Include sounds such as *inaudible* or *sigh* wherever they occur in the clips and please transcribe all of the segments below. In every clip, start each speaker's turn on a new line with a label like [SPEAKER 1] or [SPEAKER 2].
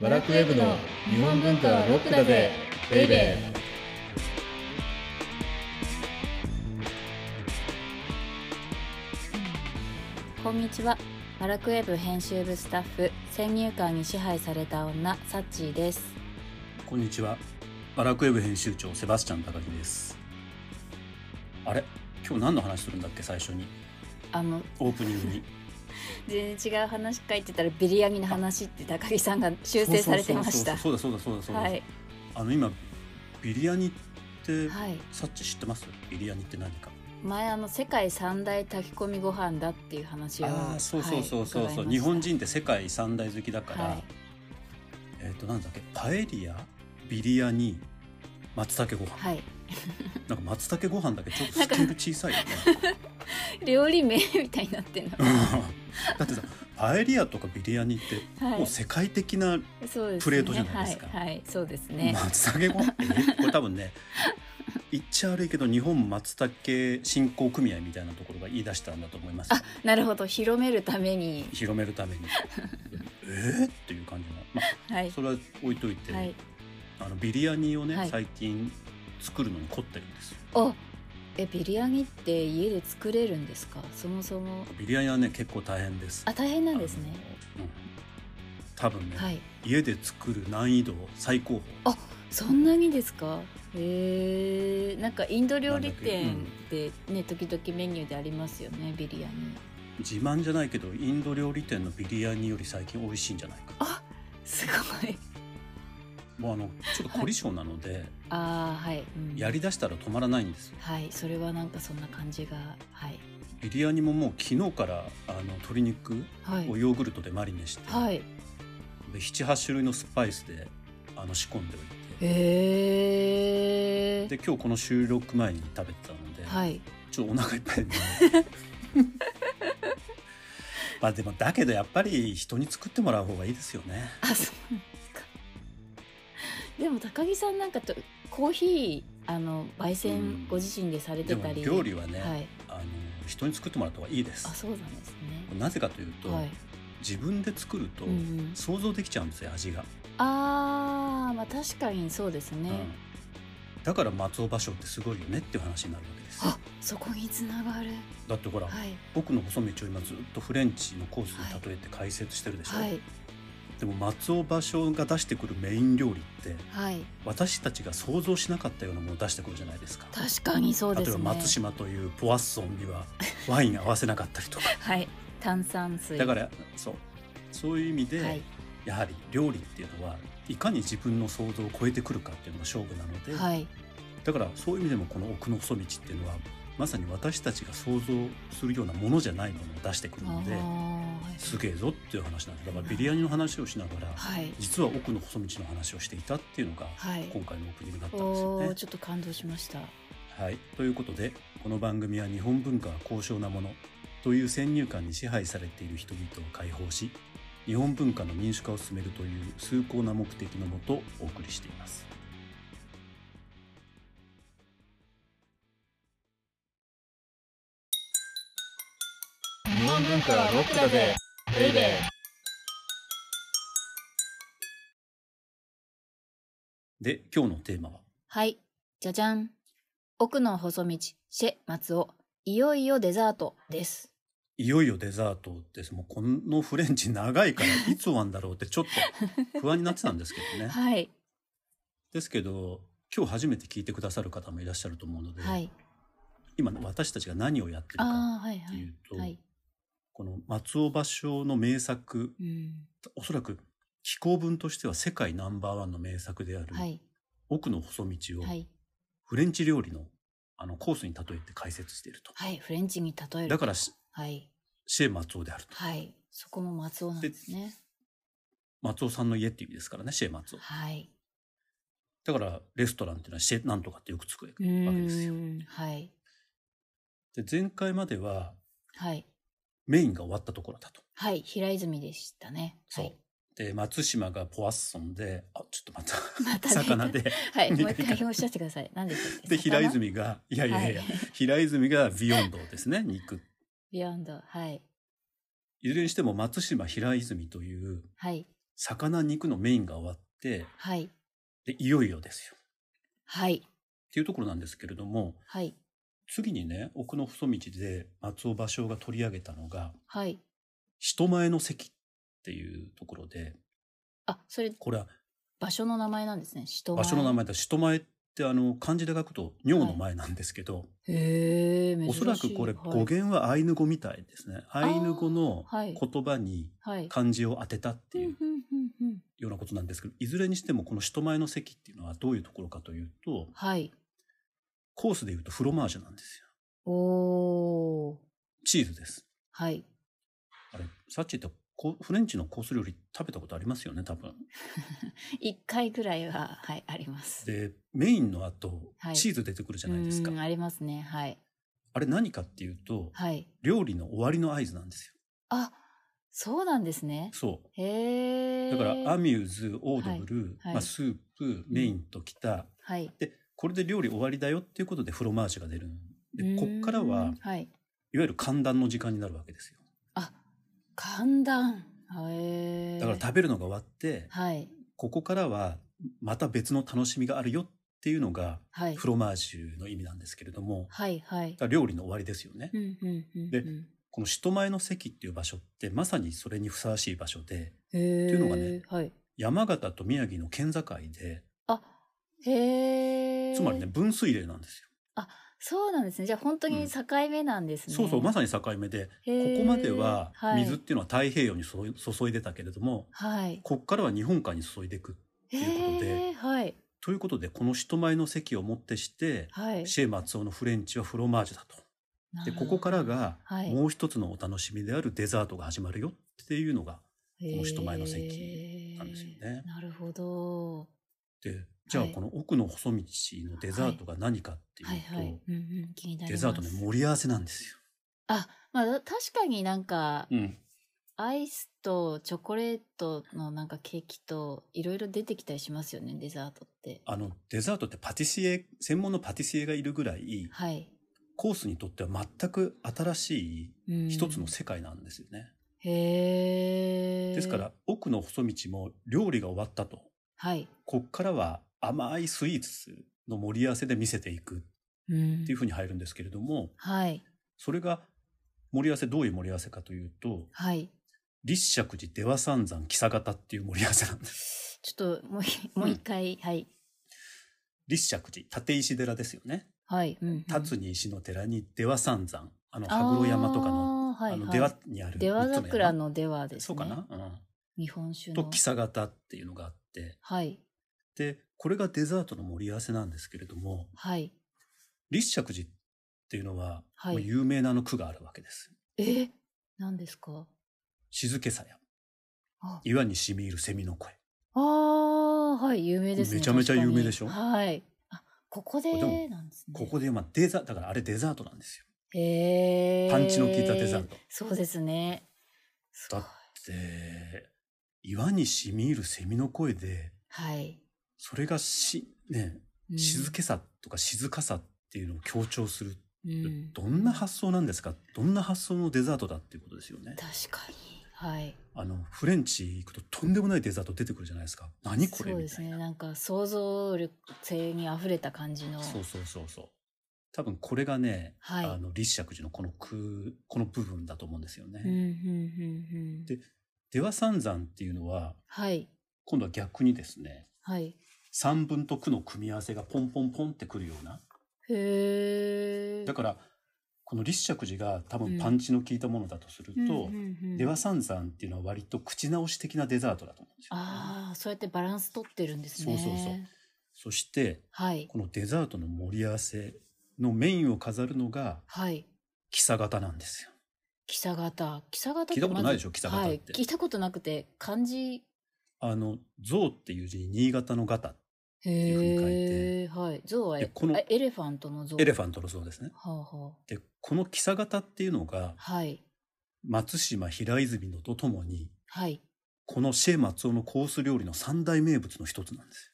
[SPEAKER 1] バラクウェブの日本文化はロックだぜベイベー
[SPEAKER 2] こんにちは。バラクウェブ編集部スタッフ先入観に支配された女サッチーです。
[SPEAKER 3] こんにちは。バラクウェブ編集長セバスチャン高木です。あれ、今日何の話するんだっけ最初に
[SPEAKER 2] あの
[SPEAKER 3] オープニングに。
[SPEAKER 2] 全然違う話書いてたらビリヤニの話って高木さんが *laughs* 修正されてました。
[SPEAKER 3] そうそうそうそうそうだそうだそうだそうだ。
[SPEAKER 2] はい
[SPEAKER 3] あの今ビリヤニって、
[SPEAKER 2] はい。
[SPEAKER 3] サッチ知ってます？ビリヤニって何か。
[SPEAKER 2] 前あの世界三大炊き込みご飯だっていう話を
[SPEAKER 3] ああ、そうそうそう
[SPEAKER 2] はい伺い
[SPEAKER 3] そうそう、
[SPEAKER 2] ました
[SPEAKER 3] 日本人って世界三大好きだから、
[SPEAKER 2] はい
[SPEAKER 3] えっ、となんだっけパエリア、ビリヤニ、松茸ご飯。
[SPEAKER 2] はい
[SPEAKER 3] なんか松茸ご飯だけちょっとスケール小さい
[SPEAKER 2] *laughs*
[SPEAKER 3] よね。
[SPEAKER 2] 料理名みたいになってんの。
[SPEAKER 3] だってさパエリアとかビリヤニって
[SPEAKER 2] は
[SPEAKER 3] もう
[SPEAKER 2] い。
[SPEAKER 3] 世界的な
[SPEAKER 2] そうですね。
[SPEAKER 3] プレートじゃないですか
[SPEAKER 2] はい、はい、そうですね。
[SPEAKER 3] 松茸ご飯、えこれ多分ね言っちゃ悪いけど日本松茸振興組合みたいなところが言い出したんだと思いますよ
[SPEAKER 2] なるほど広めるために
[SPEAKER 3] 広めるためにえー、っていう感じの、ま
[SPEAKER 2] はい
[SPEAKER 3] あ、それは置いといて、
[SPEAKER 2] はい
[SPEAKER 3] あのビリヤニをね、
[SPEAKER 2] はい
[SPEAKER 3] 最近作るのに凝ってるんですよ
[SPEAKER 2] おえビリヤニって家で作れるんですかそもそも
[SPEAKER 3] ビリヤニはね結構大変です
[SPEAKER 2] あ大変なんですね
[SPEAKER 3] あのうん多分ね、
[SPEAKER 2] はい
[SPEAKER 3] 家で作る難易度最高峰
[SPEAKER 2] そんなにですかえー、なんかインド料理
[SPEAKER 3] なん
[SPEAKER 2] 店
[SPEAKER 3] だ
[SPEAKER 2] でね、時々メニューでありますよねビリヤニ
[SPEAKER 3] 自慢じゃないけどインド料理店のビリヤニより最近美味しいんじゃないか
[SPEAKER 2] すごい
[SPEAKER 3] もうあのちょっと凝り性なので、
[SPEAKER 2] ああはい、うん
[SPEAKER 3] やりだしたら止まらないんですよ
[SPEAKER 2] はいそれはなんかそんな感じがはい
[SPEAKER 3] ビリヤニももう昨日からあの鶏肉
[SPEAKER 2] はい
[SPEAKER 3] をヨーグルトでマリネして、
[SPEAKER 2] はい
[SPEAKER 3] で78種類のスパイスであの仕込んでおい
[SPEAKER 2] え
[SPEAKER 3] て
[SPEAKER 2] ー、
[SPEAKER 3] で今日この収録前に食べてたので、
[SPEAKER 2] はい
[SPEAKER 3] ちょっとお腹いっぱいで
[SPEAKER 2] *laughs*
[SPEAKER 3] まあでもだけどやっぱり人に作ってもらう方がいいですよね
[SPEAKER 2] あそうなんですかでも高木さんなんかとコーヒーあの焙煎ご自身でされ
[SPEAKER 3] で
[SPEAKER 2] て
[SPEAKER 3] も
[SPEAKER 2] たり、
[SPEAKER 3] 料理はね、
[SPEAKER 2] はい
[SPEAKER 3] あの人に作ってもらった方がいいで
[SPEAKER 2] あ
[SPEAKER 3] す
[SPEAKER 2] そうなんです
[SPEAKER 3] なぜかというと、
[SPEAKER 2] ねはい、
[SPEAKER 3] 自分で作ると
[SPEAKER 2] うんうん、
[SPEAKER 3] 想像できちゃうんですよ味が、
[SPEAKER 2] あーまあ確かにそうですね、
[SPEAKER 3] うんだから松尾芭蕉ってすごいよねっていう話になるわけです
[SPEAKER 2] あそこにつながる
[SPEAKER 3] だってほら、
[SPEAKER 2] はい
[SPEAKER 3] 僕の細道を今ずっとフレンチのコースに例えて解説してるでしょ、
[SPEAKER 2] はい
[SPEAKER 3] でも松尾芭蕉が出してくるメイン料理って
[SPEAKER 2] はい
[SPEAKER 3] 私たちが想像しなかったようなものを出してくるじゃないですか
[SPEAKER 2] 確かにそう
[SPEAKER 3] 例
[SPEAKER 2] で
[SPEAKER 3] え
[SPEAKER 2] す
[SPEAKER 3] ば
[SPEAKER 2] ね
[SPEAKER 3] 松島というポワッソンにはワイン合わせなかったりとか
[SPEAKER 2] はい炭酸水
[SPEAKER 3] だからそうそういう意味で、
[SPEAKER 2] はい
[SPEAKER 3] やはり料理っていうのはいかに自分の想像を超えてくるかっていうのが勝負なので、
[SPEAKER 2] はい
[SPEAKER 3] だからそういう意味でもこの奥の細道っていうのはまさに私たちが想像するようなものじゃないものを出してくる
[SPEAKER 2] あ
[SPEAKER 3] ので
[SPEAKER 2] ー
[SPEAKER 3] すげえぞっていう話なんですだからビリヤニの話をしながら
[SPEAKER 2] はい
[SPEAKER 3] 実は奥の細道の話をしていたっていうのが
[SPEAKER 2] はい、はい
[SPEAKER 3] 今回のオープニングだったんですよ
[SPEAKER 2] お
[SPEAKER 3] ね
[SPEAKER 2] ー。ちょっと感動しました
[SPEAKER 3] はい、ということでこの番組は日本文化は高尚なものという先入観に支配されている人々を解放し日本文化の民主化を進めるという崇高な目的のもとお送りしています。
[SPEAKER 1] 日本文化はロックだぜベイベー
[SPEAKER 3] で今日のテーマは
[SPEAKER 2] はい、じゃじゃん。奥の細道、シェ・松尾、いよいよデザートです。
[SPEAKER 3] いよいよデザートです。もうこのフレンチ長いか
[SPEAKER 2] *laughs*
[SPEAKER 3] らいつ終わんだろうってちょっと不安になってたんですけどね。
[SPEAKER 2] はい、
[SPEAKER 3] ですけど今日初めて聞いてくださる方もいらっしゃると思うので、
[SPEAKER 2] はい、
[SPEAKER 3] 今私たちが何をやってるか
[SPEAKER 2] ああ、はい、
[SPEAKER 3] っ
[SPEAKER 2] は
[SPEAKER 3] てい
[SPEAKER 2] い、
[SPEAKER 3] うと、
[SPEAKER 2] はい、
[SPEAKER 3] この松尾芭蕉の名作
[SPEAKER 2] うん、
[SPEAKER 3] おそらく紀行文としては世界ナンバーワンの名作である、
[SPEAKER 2] はい、
[SPEAKER 3] 奥の細道を
[SPEAKER 2] はい、
[SPEAKER 3] フレンチ料理のあのコースに例えて解説していると。
[SPEAKER 2] はい、フレンチに例える。
[SPEAKER 3] だからし
[SPEAKER 2] はい、
[SPEAKER 3] シェ松尾であると。
[SPEAKER 2] はい、そこも松尾なんですね。
[SPEAKER 3] 松尾さんの家っていう意味ですからね、シェ松尾。
[SPEAKER 2] はい、
[SPEAKER 3] だからレストランっていうのはシェなんとかってよくつくわ
[SPEAKER 2] う
[SPEAKER 3] けですよ。
[SPEAKER 2] ーん、はい、
[SPEAKER 3] で、前回までは
[SPEAKER 2] はい、
[SPEAKER 3] メインが終わったところだと。
[SPEAKER 2] はい、平泉でしたね。は
[SPEAKER 3] そう
[SPEAKER 2] い、
[SPEAKER 3] で、松島がポワッソンで、あ、ちょっとまた、
[SPEAKER 2] またね
[SPEAKER 3] 魚。で、
[SPEAKER 2] はい、
[SPEAKER 3] *laughs*
[SPEAKER 2] もう一
[SPEAKER 3] 見ない
[SPEAKER 2] 回おっしゃってください。何でしたっけ *laughs*
[SPEAKER 3] で、平。
[SPEAKER 2] 魚
[SPEAKER 3] 泉が、いやいやいや、
[SPEAKER 2] はい
[SPEAKER 3] 平泉がビヨンドですね、肉。
[SPEAKER 2] ビヨンド、はい、
[SPEAKER 3] いずれにしても松島平泉という
[SPEAKER 2] はい、
[SPEAKER 3] 魚肉のメインが終わって
[SPEAKER 2] はい
[SPEAKER 3] でいよいよですよ
[SPEAKER 2] はい
[SPEAKER 3] っていうところなんですけれども
[SPEAKER 2] はい
[SPEAKER 3] 次にね奥の細道で松尾芭蕉が取り上げたのが
[SPEAKER 2] はい
[SPEAKER 3] 人前の席っていうところで
[SPEAKER 2] あそれ
[SPEAKER 3] これは
[SPEAKER 2] 場所の名前なんですね人
[SPEAKER 3] 場所の名前だ人前ってあの漢字で書くと尿の前なんですけど、
[SPEAKER 2] へえ珍しい
[SPEAKER 3] おそらくこれ
[SPEAKER 2] はい
[SPEAKER 3] 語源はアイヌ語みたいですね、
[SPEAKER 2] ー
[SPEAKER 3] アイヌ語の
[SPEAKER 2] はい
[SPEAKER 3] 言葉に
[SPEAKER 2] はい
[SPEAKER 3] 漢字を当てたっていう
[SPEAKER 2] うんうんうんうん
[SPEAKER 3] ようなことなんですけどいずれにしてもこの人前の席っていうのはどういうところかというと
[SPEAKER 2] はい
[SPEAKER 3] コースでいうとフロマージュなんですよ
[SPEAKER 2] おお
[SPEAKER 3] チーズです
[SPEAKER 2] はい
[SPEAKER 3] あれサッチーってこうフレンチのコース料理食べたことありますよね多分
[SPEAKER 2] 一回ぐらいははいあります
[SPEAKER 3] でメインの後、
[SPEAKER 2] はい
[SPEAKER 3] チーズ出てくるじゃないですか
[SPEAKER 2] うんありますねはい
[SPEAKER 3] あれ何かっていうと
[SPEAKER 2] はい
[SPEAKER 3] 料理の終わりの合図なんですよ
[SPEAKER 2] あそうなんですね
[SPEAKER 3] そう
[SPEAKER 2] へえ
[SPEAKER 3] だからアミューズオードブル、
[SPEAKER 2] はい
[SPEAKER 3] まあ、スープメインときた、
[SPEAKER 2] はい
[SPEAKER 3] でこれで料理終わりだよっていうことでフロマージュが出るで
[SPEAKER 2] う
[SPEAKER 3] こ
[SPEAKER 2] ーん
[SPEAKER 3] っからは
[SPEAKER 2] はい
[SPEAKER 3] いわゆる寒暖の時間になるわけですよ
[SPEAKER 2] あ寒暖へえ
[SPEAKER 3] だから食べるのが終わって
[SPEAKER 2] はい
[SPEAKER 3] ここからはまた別の楽しみがあるよっていうのが
[SPEAKER 2] はい
[SPEAKER 3] フロマージュの意味なんですけれども
[SPEAKER 2] はいはい
[SPEAKER 3] だから料理の終わりですよね、
[SPEAKER 2] うんうんうんうん
[SPEAKER 3] でこの人前の席っていう場所ってまさにそれにふさわしい場所で
[SPEAKER 2] へえ
[SPEAKER 3] っていうのがね
[SPEAKER 2] はい
[SPEAKER 3] 山形と宮城の県境で
[SPEAKER 2] あへえ
[SPEAKER 3] つまりね分水嶺なんですよ
[SPEAKER 2] そうなんですねじゃあ本当に境目なんですね、
[SPEAKER 3] そうそうまさに境目でここまでは水っていうのは太平洋に注い注いでたけれども、
[SPEAKER 2] はい
[SPEAKER 3] ここからは日本海に注いでいく。
[SPEAKER 2] と
[SPEAKER 3] いうことで
[SPEAKER 2] はい
[SPEAKER 3] ということでこの人前の席をもってして、
[SPEAKER 2] はい
[SPEAKER 3] シェー松尾のフレンチはフロマージュだと。でここからが
[SPEAKER 2] はい
[SPEAKER 3] もう一つのお楽しみであるデザートが始まるよっていうのが
[SPEAKER 2] こ
[SPEAKER 3] の人前の席なんですよね
[SPEAKER 2] なるほど
[SPEAKER 3] でじゃあ
[SPEAKER 2] はい
[SPEAKER 3] この奥の細道のデザートが何かっていう
[SPEAKER 2] はい
[SPEAKER 3] と、
[SPEAKER 2] はい、うんうん、気になり
[SPEAKER 3] デ
[SPEAKER 2] ます
[SPEAKER 3] ザートね盛り合わせなんですよ。
[SPEAKER 2] あまあ確かになんか
[SPEAKER 3] うん、
[SPEAKER 2] アイスとチョコレートのなんかケーキといろいろ出てきたりしますよねデザートって
[SPEAKER 3] あのデザートってパティシエ専門のパティシエがいるぐらい
[SPEAKER 2] はい、
[SPEAKER 3] コースにとっては全く新しい
[SPEAKER 2] うん
[SPEAKER 3] 一つの世界なんですよね。
[SPEAKER 2] へえ
[SPEAKER 3] ですから奥の細道も料理が終わったと
[SPEAKER 2] はい、
[SPEAKER 3] こっからは甘いスイーツの盛り合わせで見せていくっ
[SPEAKER 2] うん
[SPEAKER 3] ていうふうに入るんですけれども
[SPEAKER 2] はい
[SPEAKER 3] それが盛り合わせどういう盛り合わせかというと
[SPEAKER 2] はい
[SPEAKER 3] 立石寺出羽三山木佐方っていう盛り合わせなん
[SPEAKER 2] *laughs*
[SPEAKER 3] です。
[SPEAKER 2] ちょっともういもう一回、はい
[SPEAKER 3] 立石寺立石寺ですよね。
[SPEAKER 2] はい、うんうん、
[SPEAKER 3] 立つに石の寺に出羽三山あの羽黒山とかの
[SPEAKER 2] あーはい
[SPEAKER 3] あの
[SPEAKER 2] はい
[SPEAKER 3] 出羽にある
[SPEAKER 2] 出羽
[SPEAKER 3] 三つの
[SPEAKER 2] 桜
[SPEAKER 3] 山
[SPEAKER 2] の出羽ですね
[SPEAKER 3] そうかな、うん
[SPEAKER 2] 日本酒
[SPEAKER 3] と
[SPEAKER 2] の
[SPEAKER 3] 木佐方っていうのがあって
[SPEAKER 2] はい
[SPEAKER 3] でこれがデザートの盛り合わせなんですけれども
[SPEAKER 2] はい
[SPEAKER 3] 立石寺っていうのは、
[SPEAKER 2] はい
[SPEAKER 3] もう有名なあの句があるわけです。
[SPEAKER 2] え何ですか
[SPEAKER 3] 静けさや
[SPEAKER 2] あ
[SPEAKER 3] 岩に染み入る蝉の声。
[SPEAKER 2] あーはい有名ですね
[SPEAKER 3] めちゃめちゃ
[SPEAKER 2] 確かに
[SPEAKER 3] 有名でしょ
[SPEAKER 2] はいあここで
[SPEAKER 3] これでも
[SPEAKER 2] なんですね
[SPEAKER 3] ここでまあデザだからあれデザートなんですよ。
[SPEAKER 2] へー
[SPEAKER 3] パンチの効いたデザート。
[SPEAKER 2] そうですねすごい
[SPEAKER 3] だで岩に染み入る蝉の声で
[SPEAKER 2] はい、
[SPEAKER 3] それがしね
[SPEAKER 2] うん
[SPEAKER 3] 静けさとか静かさっていうのを強調する、
[SPEAKER 2] うん
[SPEAKER 3] どんな発想なんですかどんな発想のデザートだっていうことですよね。
[SPEAKER 2] 確かにはい
[SPEAKER 3] あのフレンチ行くととんでもないデザート出てくるじゃないですか。何これ
[SPEAKER 2] そう
[SPEAKER 3] み
[SPEAKER 2] です
[SPEAKER 3] たいな。
[SPEAKER 2] ねなんか想像力性にあふれた感じの
[SPEAKER 3] そうそうそうそう。多分これがね、
[SPEAKER 2] はい
[SPEAKER 3] あの立石寺のこの空この部分だと思うんですよね。
[SPEAKER 2] うんうんうんうん
[SPEAKER 3] で出羽三山っていうのは
[SPEAKER 2] はい
[SPEAKER 3] 今度は逆にですね
[SPEAKER 2] はい
[SPEAKER 3] 三分と句の組み合わせがポンポンポンってくるような
[SPEAKER 2] へえ
[SPEAKER 3] だからこの立石寺が多
[SPEAKER 2] う
[SPEAKER 3] 分
[SPEAKER 2] ん
[SPEAKER 3] パンチの効いたものだとすると、
[SPEAKER 2] うんうんうん
[SPEAKER 3] 出羽三山っていうのは割と口直し的なデザートだと思うんですよね、
[SPEAKER 2] ああそうやってバランス取ってるんですね
[SPEAKER 3] そうそうそうそして
[SPEAKER 2] はい
[SPEAKER 3] このデザートの盛り合わせのメインを飾るのが
[SPEAKER 2] はい
[SPEAKER 3] 木佐型なんですよ。
[SPEAKER 2] 木佐方木佐方って
[SPEAKER 3] 聞いたことないでしょ
[SPEAKER 2] まず
[SPEAKER 3] 木佐方って
[SPEAKER 2] はい、聞いたことなくて漢字
[SPEAKER 3] あの象っていう字に新潟の型
[SPEAKER 2] へ
[SPEAKER 3] いうふうに書いて
[SPEAKER 2] えはい象は
[SPEAKER 3] でこの
[SPEAKER 2] あエレファントの象
[SPEAKER 3] エレファントの象ですね。
[SPEAKER 2] はあは
[SPEAKER 3] でこの木佐型っていうのが
[SPEAKER 2] あはい
[SPEAKER 3] 松島平泉のとともに
[SPEAKER 2] はい
[SPEAKER 3] このシェー松尾のコース料理の三大名物の一つなんです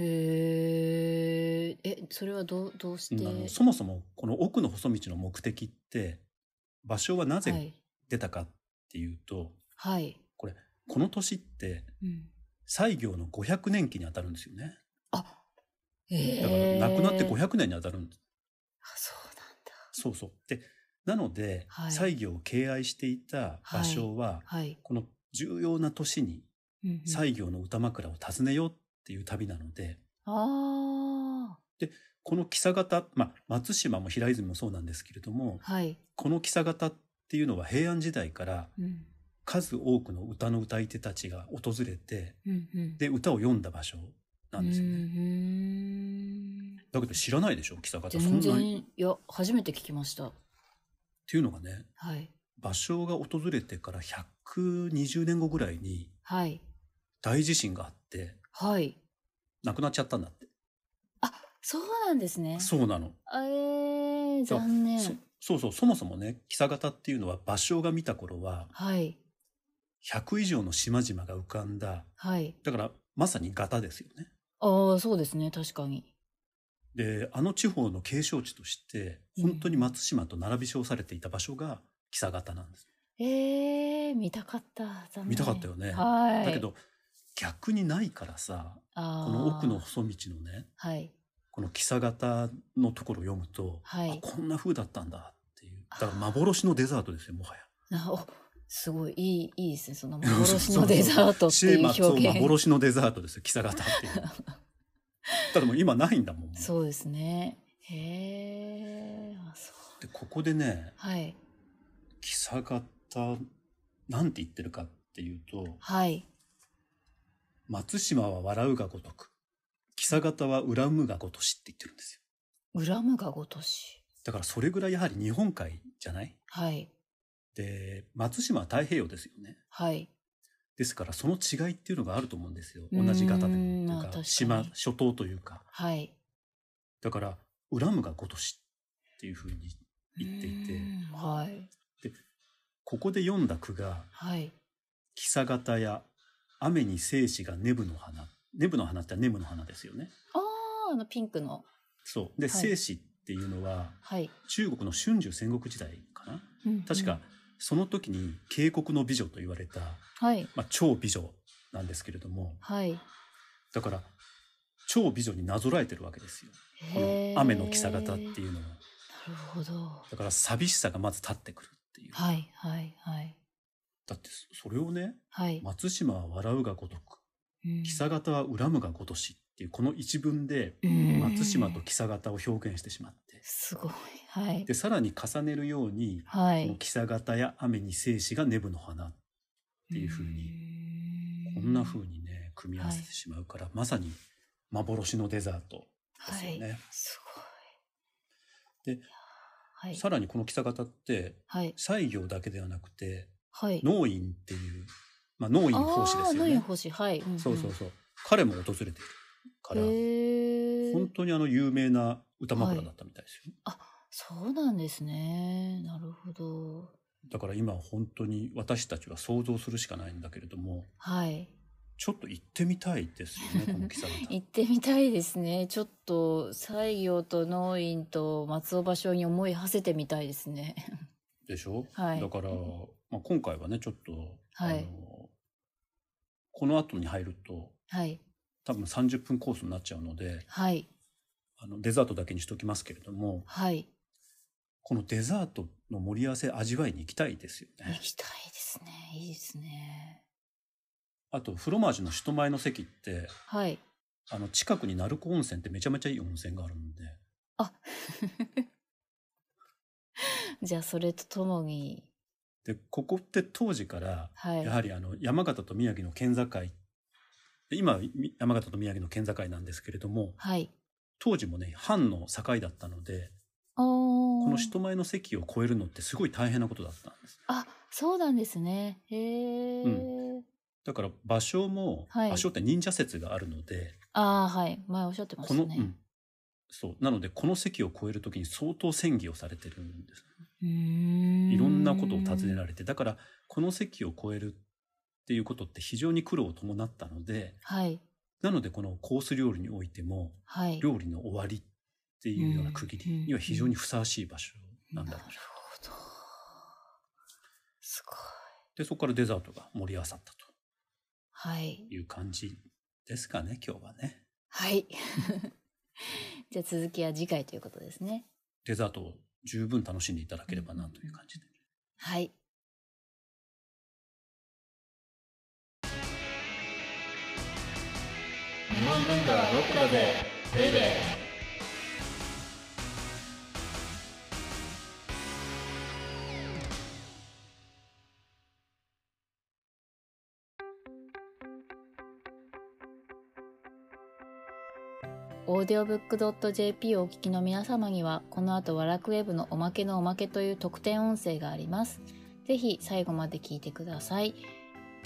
[SPEAKER 2] へええそれはどうどうして
[SPEAKER 3] よ。あのそもそもこの奥の細道の目的って場所はな
[SPEAKER 2] は
[SPEAKER 3] ぜ
[SPEAKER 2] い
[SPEAKER 3] 出たかっていうと、
[SPEAKER 2] はい
[SPEAKER 3] これこの年って
[SPEAKER 2] うん、
[SPEAKER 3] 西行の500年期に当たるんですよね。
[SPEAKER 2] あ
[SPEAKER 3] だから亡くなって
[SPEAKER 2] へー
[SPEAKER 3] 500年に当たるんです。
[SPEAKER 2] あそうなんだ
[SPEAKER 3] そうそう。で、なので、
[SPEAKER 2] はい
[SPEAKER 3] 西行を敬愛していた場所は、
[SPEAKER 2] はい、
[SPEAKER 3] この重要な年に
[SPEAKER 2] うんうん
[SPEAKER 3] 西行の歌枕を訪ねようっていう旅なので、
[SPEAKER 2] あ
[SPEAKER 3] この象形、まあ、松島も平泉もそうなんですけれども
[SPEAKER 2] あ、はい、
[SPEAKER 3] この象形っていうのは平安時代から
[SPEAKER 2] うん
[SPEAKER 3] 数多くの歌の歌い手たちが訪れて
[SPEAKER 2] うんうん、
[SPEAKER 3] で歌を読んだ場所なんですよね。
[SPEAKER 2] ね。
[SPEAKER 3] だけど知らないでしょ象形そん
[SPEAKER 2] 全
[SPEAKER 3] な
[SPEAKER 2] 然
[SPEAKER 3] に。っ
[SPEAKER 2] いや初めて聞きました。
[SPEAKER 3] ていうのがね
[SPEAKER 2] はい
[SPEAKER 3] 芭蕉が訪れてから120年後ぐらいに
[SPEAKER 2] はい
[SPEAKER 3] 大地震があって
[SPEAKER 2] はい。
[SPEAKER 3] 亡くなっちゃったんだって。
[SPEAKER 2] あそうなんですね。
[SPEAKER 3] そうなの。
[SPEAKER 2] えー、
[SPEAKER 3] そう
[SPEAKER 2] 残
[SPEAKER 3] そ
[SPEAKER 2] 念。
[SPEAKER 3] そうそうそもそもね象形っていうのは芭蕉が見た頃は
[SPEAKER 2] はい
[SPEAKER 3] 100以上の島々が浮かんだ
[SPEAKER 2] はい。
[SPEAKER 3] だからまさに型ですよね。
[SPEAKER 2] ああそうですね確かに。
[SPEAKER 3] であの地方の景勝地として
[SPEAKER 2] うん
[SPEAKER 3] 本当に松島と並び称されていた場所が木佐方なんです、
[SPEAKER 2] えー、見たかった残念。
[SPEAKER 3] 見たかったよね
[SPEAKER 2] はい。
[SPEAKER 3] だけど逆にないからさこ
[SPEAKER 2] あー
[SPEAKER 3] の奥の細道のね
[SPEAKER 2] はい
[SPEAKER 3] この木佐方のところを読むと、
[SPEAKER 2] はい
[SPEAKER 3] あこんな風だったんだっていうだから幻のデザートですよもはや
[SPEAKER 2] なおすごいいいいいですねその
[SPEAKER 3] *laughs* そう
[SPEAKER 2] 幻
[SPEAKER 3] そう
[SPEAKER 2] のデザートっていう
[SPEAKER 3] そうそう
[SPEAKER 2] 表現。
[SPEAKER 3] 幻のデザートですよ木佐方って
[SPEAKER 2] *laughs*
[SPEAKER 3] いうのはただもう今ないんだもん
[SPEAKER 2] そうですね。へえあそう
[SPEAKER 3] でここでね
[SPEAKER 2] はい
[SPEAKER 3] 木佐方なんて言ってるかっていうと
[SPEAKER 2] はい。
[SPEAKER 3] 松島は笑うがごとく、木佐方は恨むがごとしって言ってるんですよ。
[SPEAKER 2] 恨むがごとし。
[SPEAKER 3] だからそれぐらいやはり日本海じゃない
[SPEAKER 2] はい。
[SPEAKER 3] で、松島は太平洋ですよね。
[SPEAKER 2] はい。
[SPEAKER 3] ですからその違いっていうのがあると思うんですよ。
[SPEAKER 2] うーん
[SPEAKER 3] 同じ型で
[SPEAKER 2] ま
[SPEAKER 3] も。
[SPEAKER 2] あ
[SPEAKER 3] とい
[SPEAKER 2] 確
[SPEAKER 3] う
[SPEAKER 2] か
[SPEAKER 3] か、
[SPEAKER 2] に
[SPEAKER 3] 島、諸島というか。
[SPEAKER 2] はい。
[SPEAKER 3] だから、恨むがごとしっていうふうに、言っていて
[SPEAKER 2] うーんはい。
[SPEAKER 3] ここで読んだ句が、
[SPEAKER 2] はい。
[SPEAKER 3] 木佐方や雨に生死がネブの花。ネブの花ってネムの花ですよね。
[SPEAKER 2] ああ、あのピンクの。
[SPEAKER 3] そう。で、
[SPEAKER 2] はい
[SPEAKER 3] 生死っていうのは、
[SPEAKER 2] はい。
[SPEAKER 3] 中国の春秋戦国時代かな確
[SPEAKER 2] うん
[SPEAKER 3] か。その時に渓谷の美女と言われた、
[SPEAKER 2] はい。
[SPEAKER 3] まあ、超美女なんですけれども
[SPEAKER 2] はい。
[SPEAKER 3] だから超美女になぞらえてるわけですよこ
[SPEAKER 2] へ
[SPEAKER 3] の
[SPEAKER 2] ー
[SPEAKER 3] 雨の木更方っ
[SPEAKER 2] な
[SPEAKER 3] て
[SPEAKER 2] る
[SPEAKER 3] いうのは
[SPEAKER 2] ほど。
[SPEAKER 3] だから寂しさがまず立ってくるっていう、
[SPEAKER 2] はい。はい。はい。
[SPEAKER 3] だってそれをね
[SPEAKER 2] はい。
[SPEAKER 3] 松島は笑うがごとく
[SPEAKER 2] うん
[SPEAKER 3] 木更方は恨むがごとしっていうこの一文で
[SPEAKER 2] うん
[SPEAKER 3] 松島と木更方を表現してしまって
[SPEAKER 2] すごい。はい
[SPEAKER 3] で。さらに重ねるように
[SPEAKER 2] は
[SPEAKER 3] こ
[SPEAKER 2] い。
[SPEAKER 3] の木更方や雨に生死がネブの花っていうふうに
[SPEAKER 2] に
[SPEAKER 3] こんな風にね組み合わせてしまうから、まさに幻のデザートですよね。
[SPEAKER 2] はい。すごい。
[SPEAKER 3] で
[SPEAKER 2] はい。
[SPEAKER 3] さらにこの木佐方って
[SPEAKER 2] はい。
[SPEAKER 3] 西行だけではなくて
[SPEAKER 2] はい。
[SPEAKER 3] 農院っていう、まあ、農院奉仕ですよ
[SPEAKER 2] あー農
[SPEAKER 3] ね
[SPEAKER 2] 園。奉仕はい。んん
[SPEAKER 3] そうそうそう彼も訪れているから、
[SPEAKER 2] へー
[SPEAKER 3] 本当にあの有名な歌枕だったみたいですよ。
[SPEAKER 2] そうなんですね。なるほど。
[SPEAKER 3] だから今本当に私たちは想像するしかないんだけれども
[SPEAKER 2] はい。
[SPEAKER 3] ちょっと行ってみたいですよ
[SPEAKER 2] *laughs*
[SPEAKER 3] ねこの木更方。
[SPEAKER 2] 行ってみたいですね。ちょっと西行と農院と松尾芭蕉に思い馳せてみたいですね。
[SPEAKER 3] でしょ、
[SPEAKER 2] はい
[SPEAKER 3] だから、まあ、今回はねちょっと、
[SPEAKER 2] はい
[SPEAKER 3] あのこの後に入ると
[SPEAKER 2] はい。
[SPEAKER 3] 多分30分コースになっちゃうので
[SPEAKER 2] はい。
[SPEAKER 3] あのデザートだけにしときますけれども
[SPEAKER 2] はい。
[SPEAKER 3] このデザートの盛り合わせ味わいに行きたいですよ
[SPEAKER 2] 行 *laughs*
[SPEAKER 3] ね。
[SPEAKER 2] きたいですね。いいですね。
[SPEAKER 3] あとフロマージュの首都前の席って
[SPEAKER 2] はい。
[SPEAKER 3] あの近くに鳴子温泉ってめちゃめちゃいい温泉があるんで
[SPEAKER 2] じゃあそれとともに、
[SPEAKER 3] でここって当時から
[SPEAKER 2] はい
[SPEAKER 3] や。はりあの山形と宮城の県境で今み山形と宮城の県境なんですけれども
[SPEAKER 2] はい。
[SPEAKER 3] 当時もね藩の境だったので
[SPEAKER 2] こ
[SPEAKER 3] この人前の席を越えるのってすごい大変なことだったんです。
[SPEAKER 2] あ、そうなんですね。へえ。
[SPEAKER 3] だから場所も、
[SPEAKER 2] はい
[SPEAKER 3] 場所って忍者説があるので、
[SPEAKER 2] ああ、はい。前おっしゃってました
[SPEAKER 3] こ
[SPEAKER 2] ね。
[SPEAKER 3] の、うん、そう、なのでこの席を越えるときに相当戦議をされてるんです。い
[SPEAKER 2] い
[SPEAKER 3] ろんなことを尋ね
[SPEAKER 2] れ
[SPEAKER 3] られて、だからこの席を越えるっていうことって非常に苦労を伴ったので、
[SPEAKER 2] はい
[SPEAKER 3] なのでこのコース料理においても、
[SPEAKER 2] はい
[SPEAKER 3] 料理の終わりっていうような区切りには非常にふさわしい場所なんだろう
[SPEAKER 2] なるほどすごい
[SPEAKER 3] で、そこからデザートが盛り合わさったと。
[SPEAKER 2] はい。
[SPEAKER 3] いう感じですかね、今日はね。
[SPEAKER 2] はい。 *laughs* じゃあ続きは次回ということですね。
[SPEAKER 3] デザートを十分楽しんでいただければなという感じで。
[SPEAKER 2] はい。
[SPEAKER 1] 日本文化はロックだぜベイベー
[SPEAKER 2] オーディオブックドット JP をお聞きの皆様には、この後、ワラクウェブのおまけのおまけという特典音声があります。ぜひ最後まで聞いてください。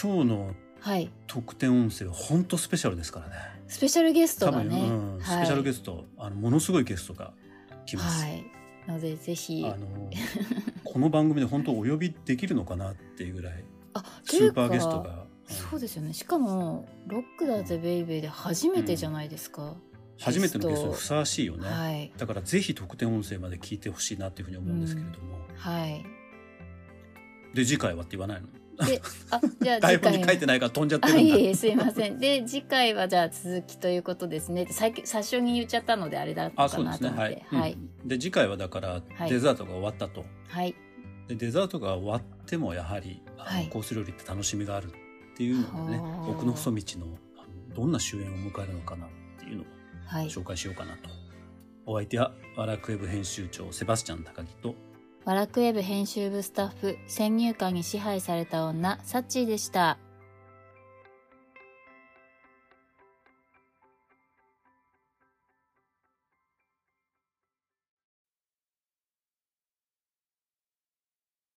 [SPEAKER 3] 今日の
[SPEAKER 2] はい。
[SPEAKER 3] 特典音声は本当スペシャルですからね。
[SPEAKER 2] スペシャルゲスト
[SPEAKER 3] 多
[SPEAKER 2] が
[SPEAKER 3] 分、
[SPEAKER 2] ね、
[SPEAKER 3] うんスペシャルゲスト、あのものすごいゲストが来ます。
[SPEAKER 2] はい。なので、ぜひ。
[SPEAKER 3] あの
[SPEAKER 2] *laughs*
[SPEAKER 3] この番組で本当お呼びできるのかなっていうぐらい
[SPEAKER 2] あ、
[SPEAKER 3] スーパーゲスト
[SPEAKER 2] というか。
[SPEAKER 3] が、うん
[SPEAKER 2] そうですよね。しかも、ロックだぜベイベーで初めてじゃないですか。
[SPEAKER 3] 初めてのゲストにふさわしいよね、
[SPEAKER 2] はい。
[SPEAKER 3] だからぜひ特典音声まで聞いてほしいなっていうふうに思うんですけれども、
[SPEAKER 2] はい。
[SPEAKER 3] で次回はって言わないの
[SPEAKER 2] で、あ、じゃあ
[SPEAKER 3] *laughs* 台
[SPEAKER 2] 次
[SPEAKER 3] 本
[SPEAKER 2] 回
[SPEAKER 3] に
[SPEAKER 2] も
[SPEAKER 3] 書いてないから飛んじゃって
[SPEAKER 2] *laughs* あ
[SPEAKER 3] るん
[SPEAKER 2] い
[SPEAKER 3] だ
[SPEAKER 2] えいえすいませんで次回はじゃあ続きということですね最近最初に言っちゃったのであれだった
[SPEAKER 3] あそ
[SPEAKER 2] か
[SPEAKER 3] うで
[SPEAKER 2] な
[SPEAKER 3] す
[SPEAKER 2] と
[SPEAKER 3] ね
[SPEAKER 2] 思って、
[SPEAKER 3] はい、
[SPEAKER 2] はい、
[SPEAKER 3] うんで次回はだから
[SPEAKER 2] はい
[SPEAKER 3] デザートが終わったと、
[SPEAKER 2] はい
[SPEAKER 3] でデザートが終わってもやはりあの、
[SPEAKER 2] はい
[SPEAKER 3] コース料理って楽しみがあるっていうのでね
[SPEAKER 2] はあ
[SPEAKER 3] 奥の細道のあのどんな終焉を迎えるのかなっていうのを
[SPEAKER 2] はい
[SPEAKER 3] 紹介しようかなと。お相手はワラクウェブ編集長セバスチャン高木と
[SPEAKER 2] ワラクウェブ編集部スタッフ先入観に支配された女サッチーでした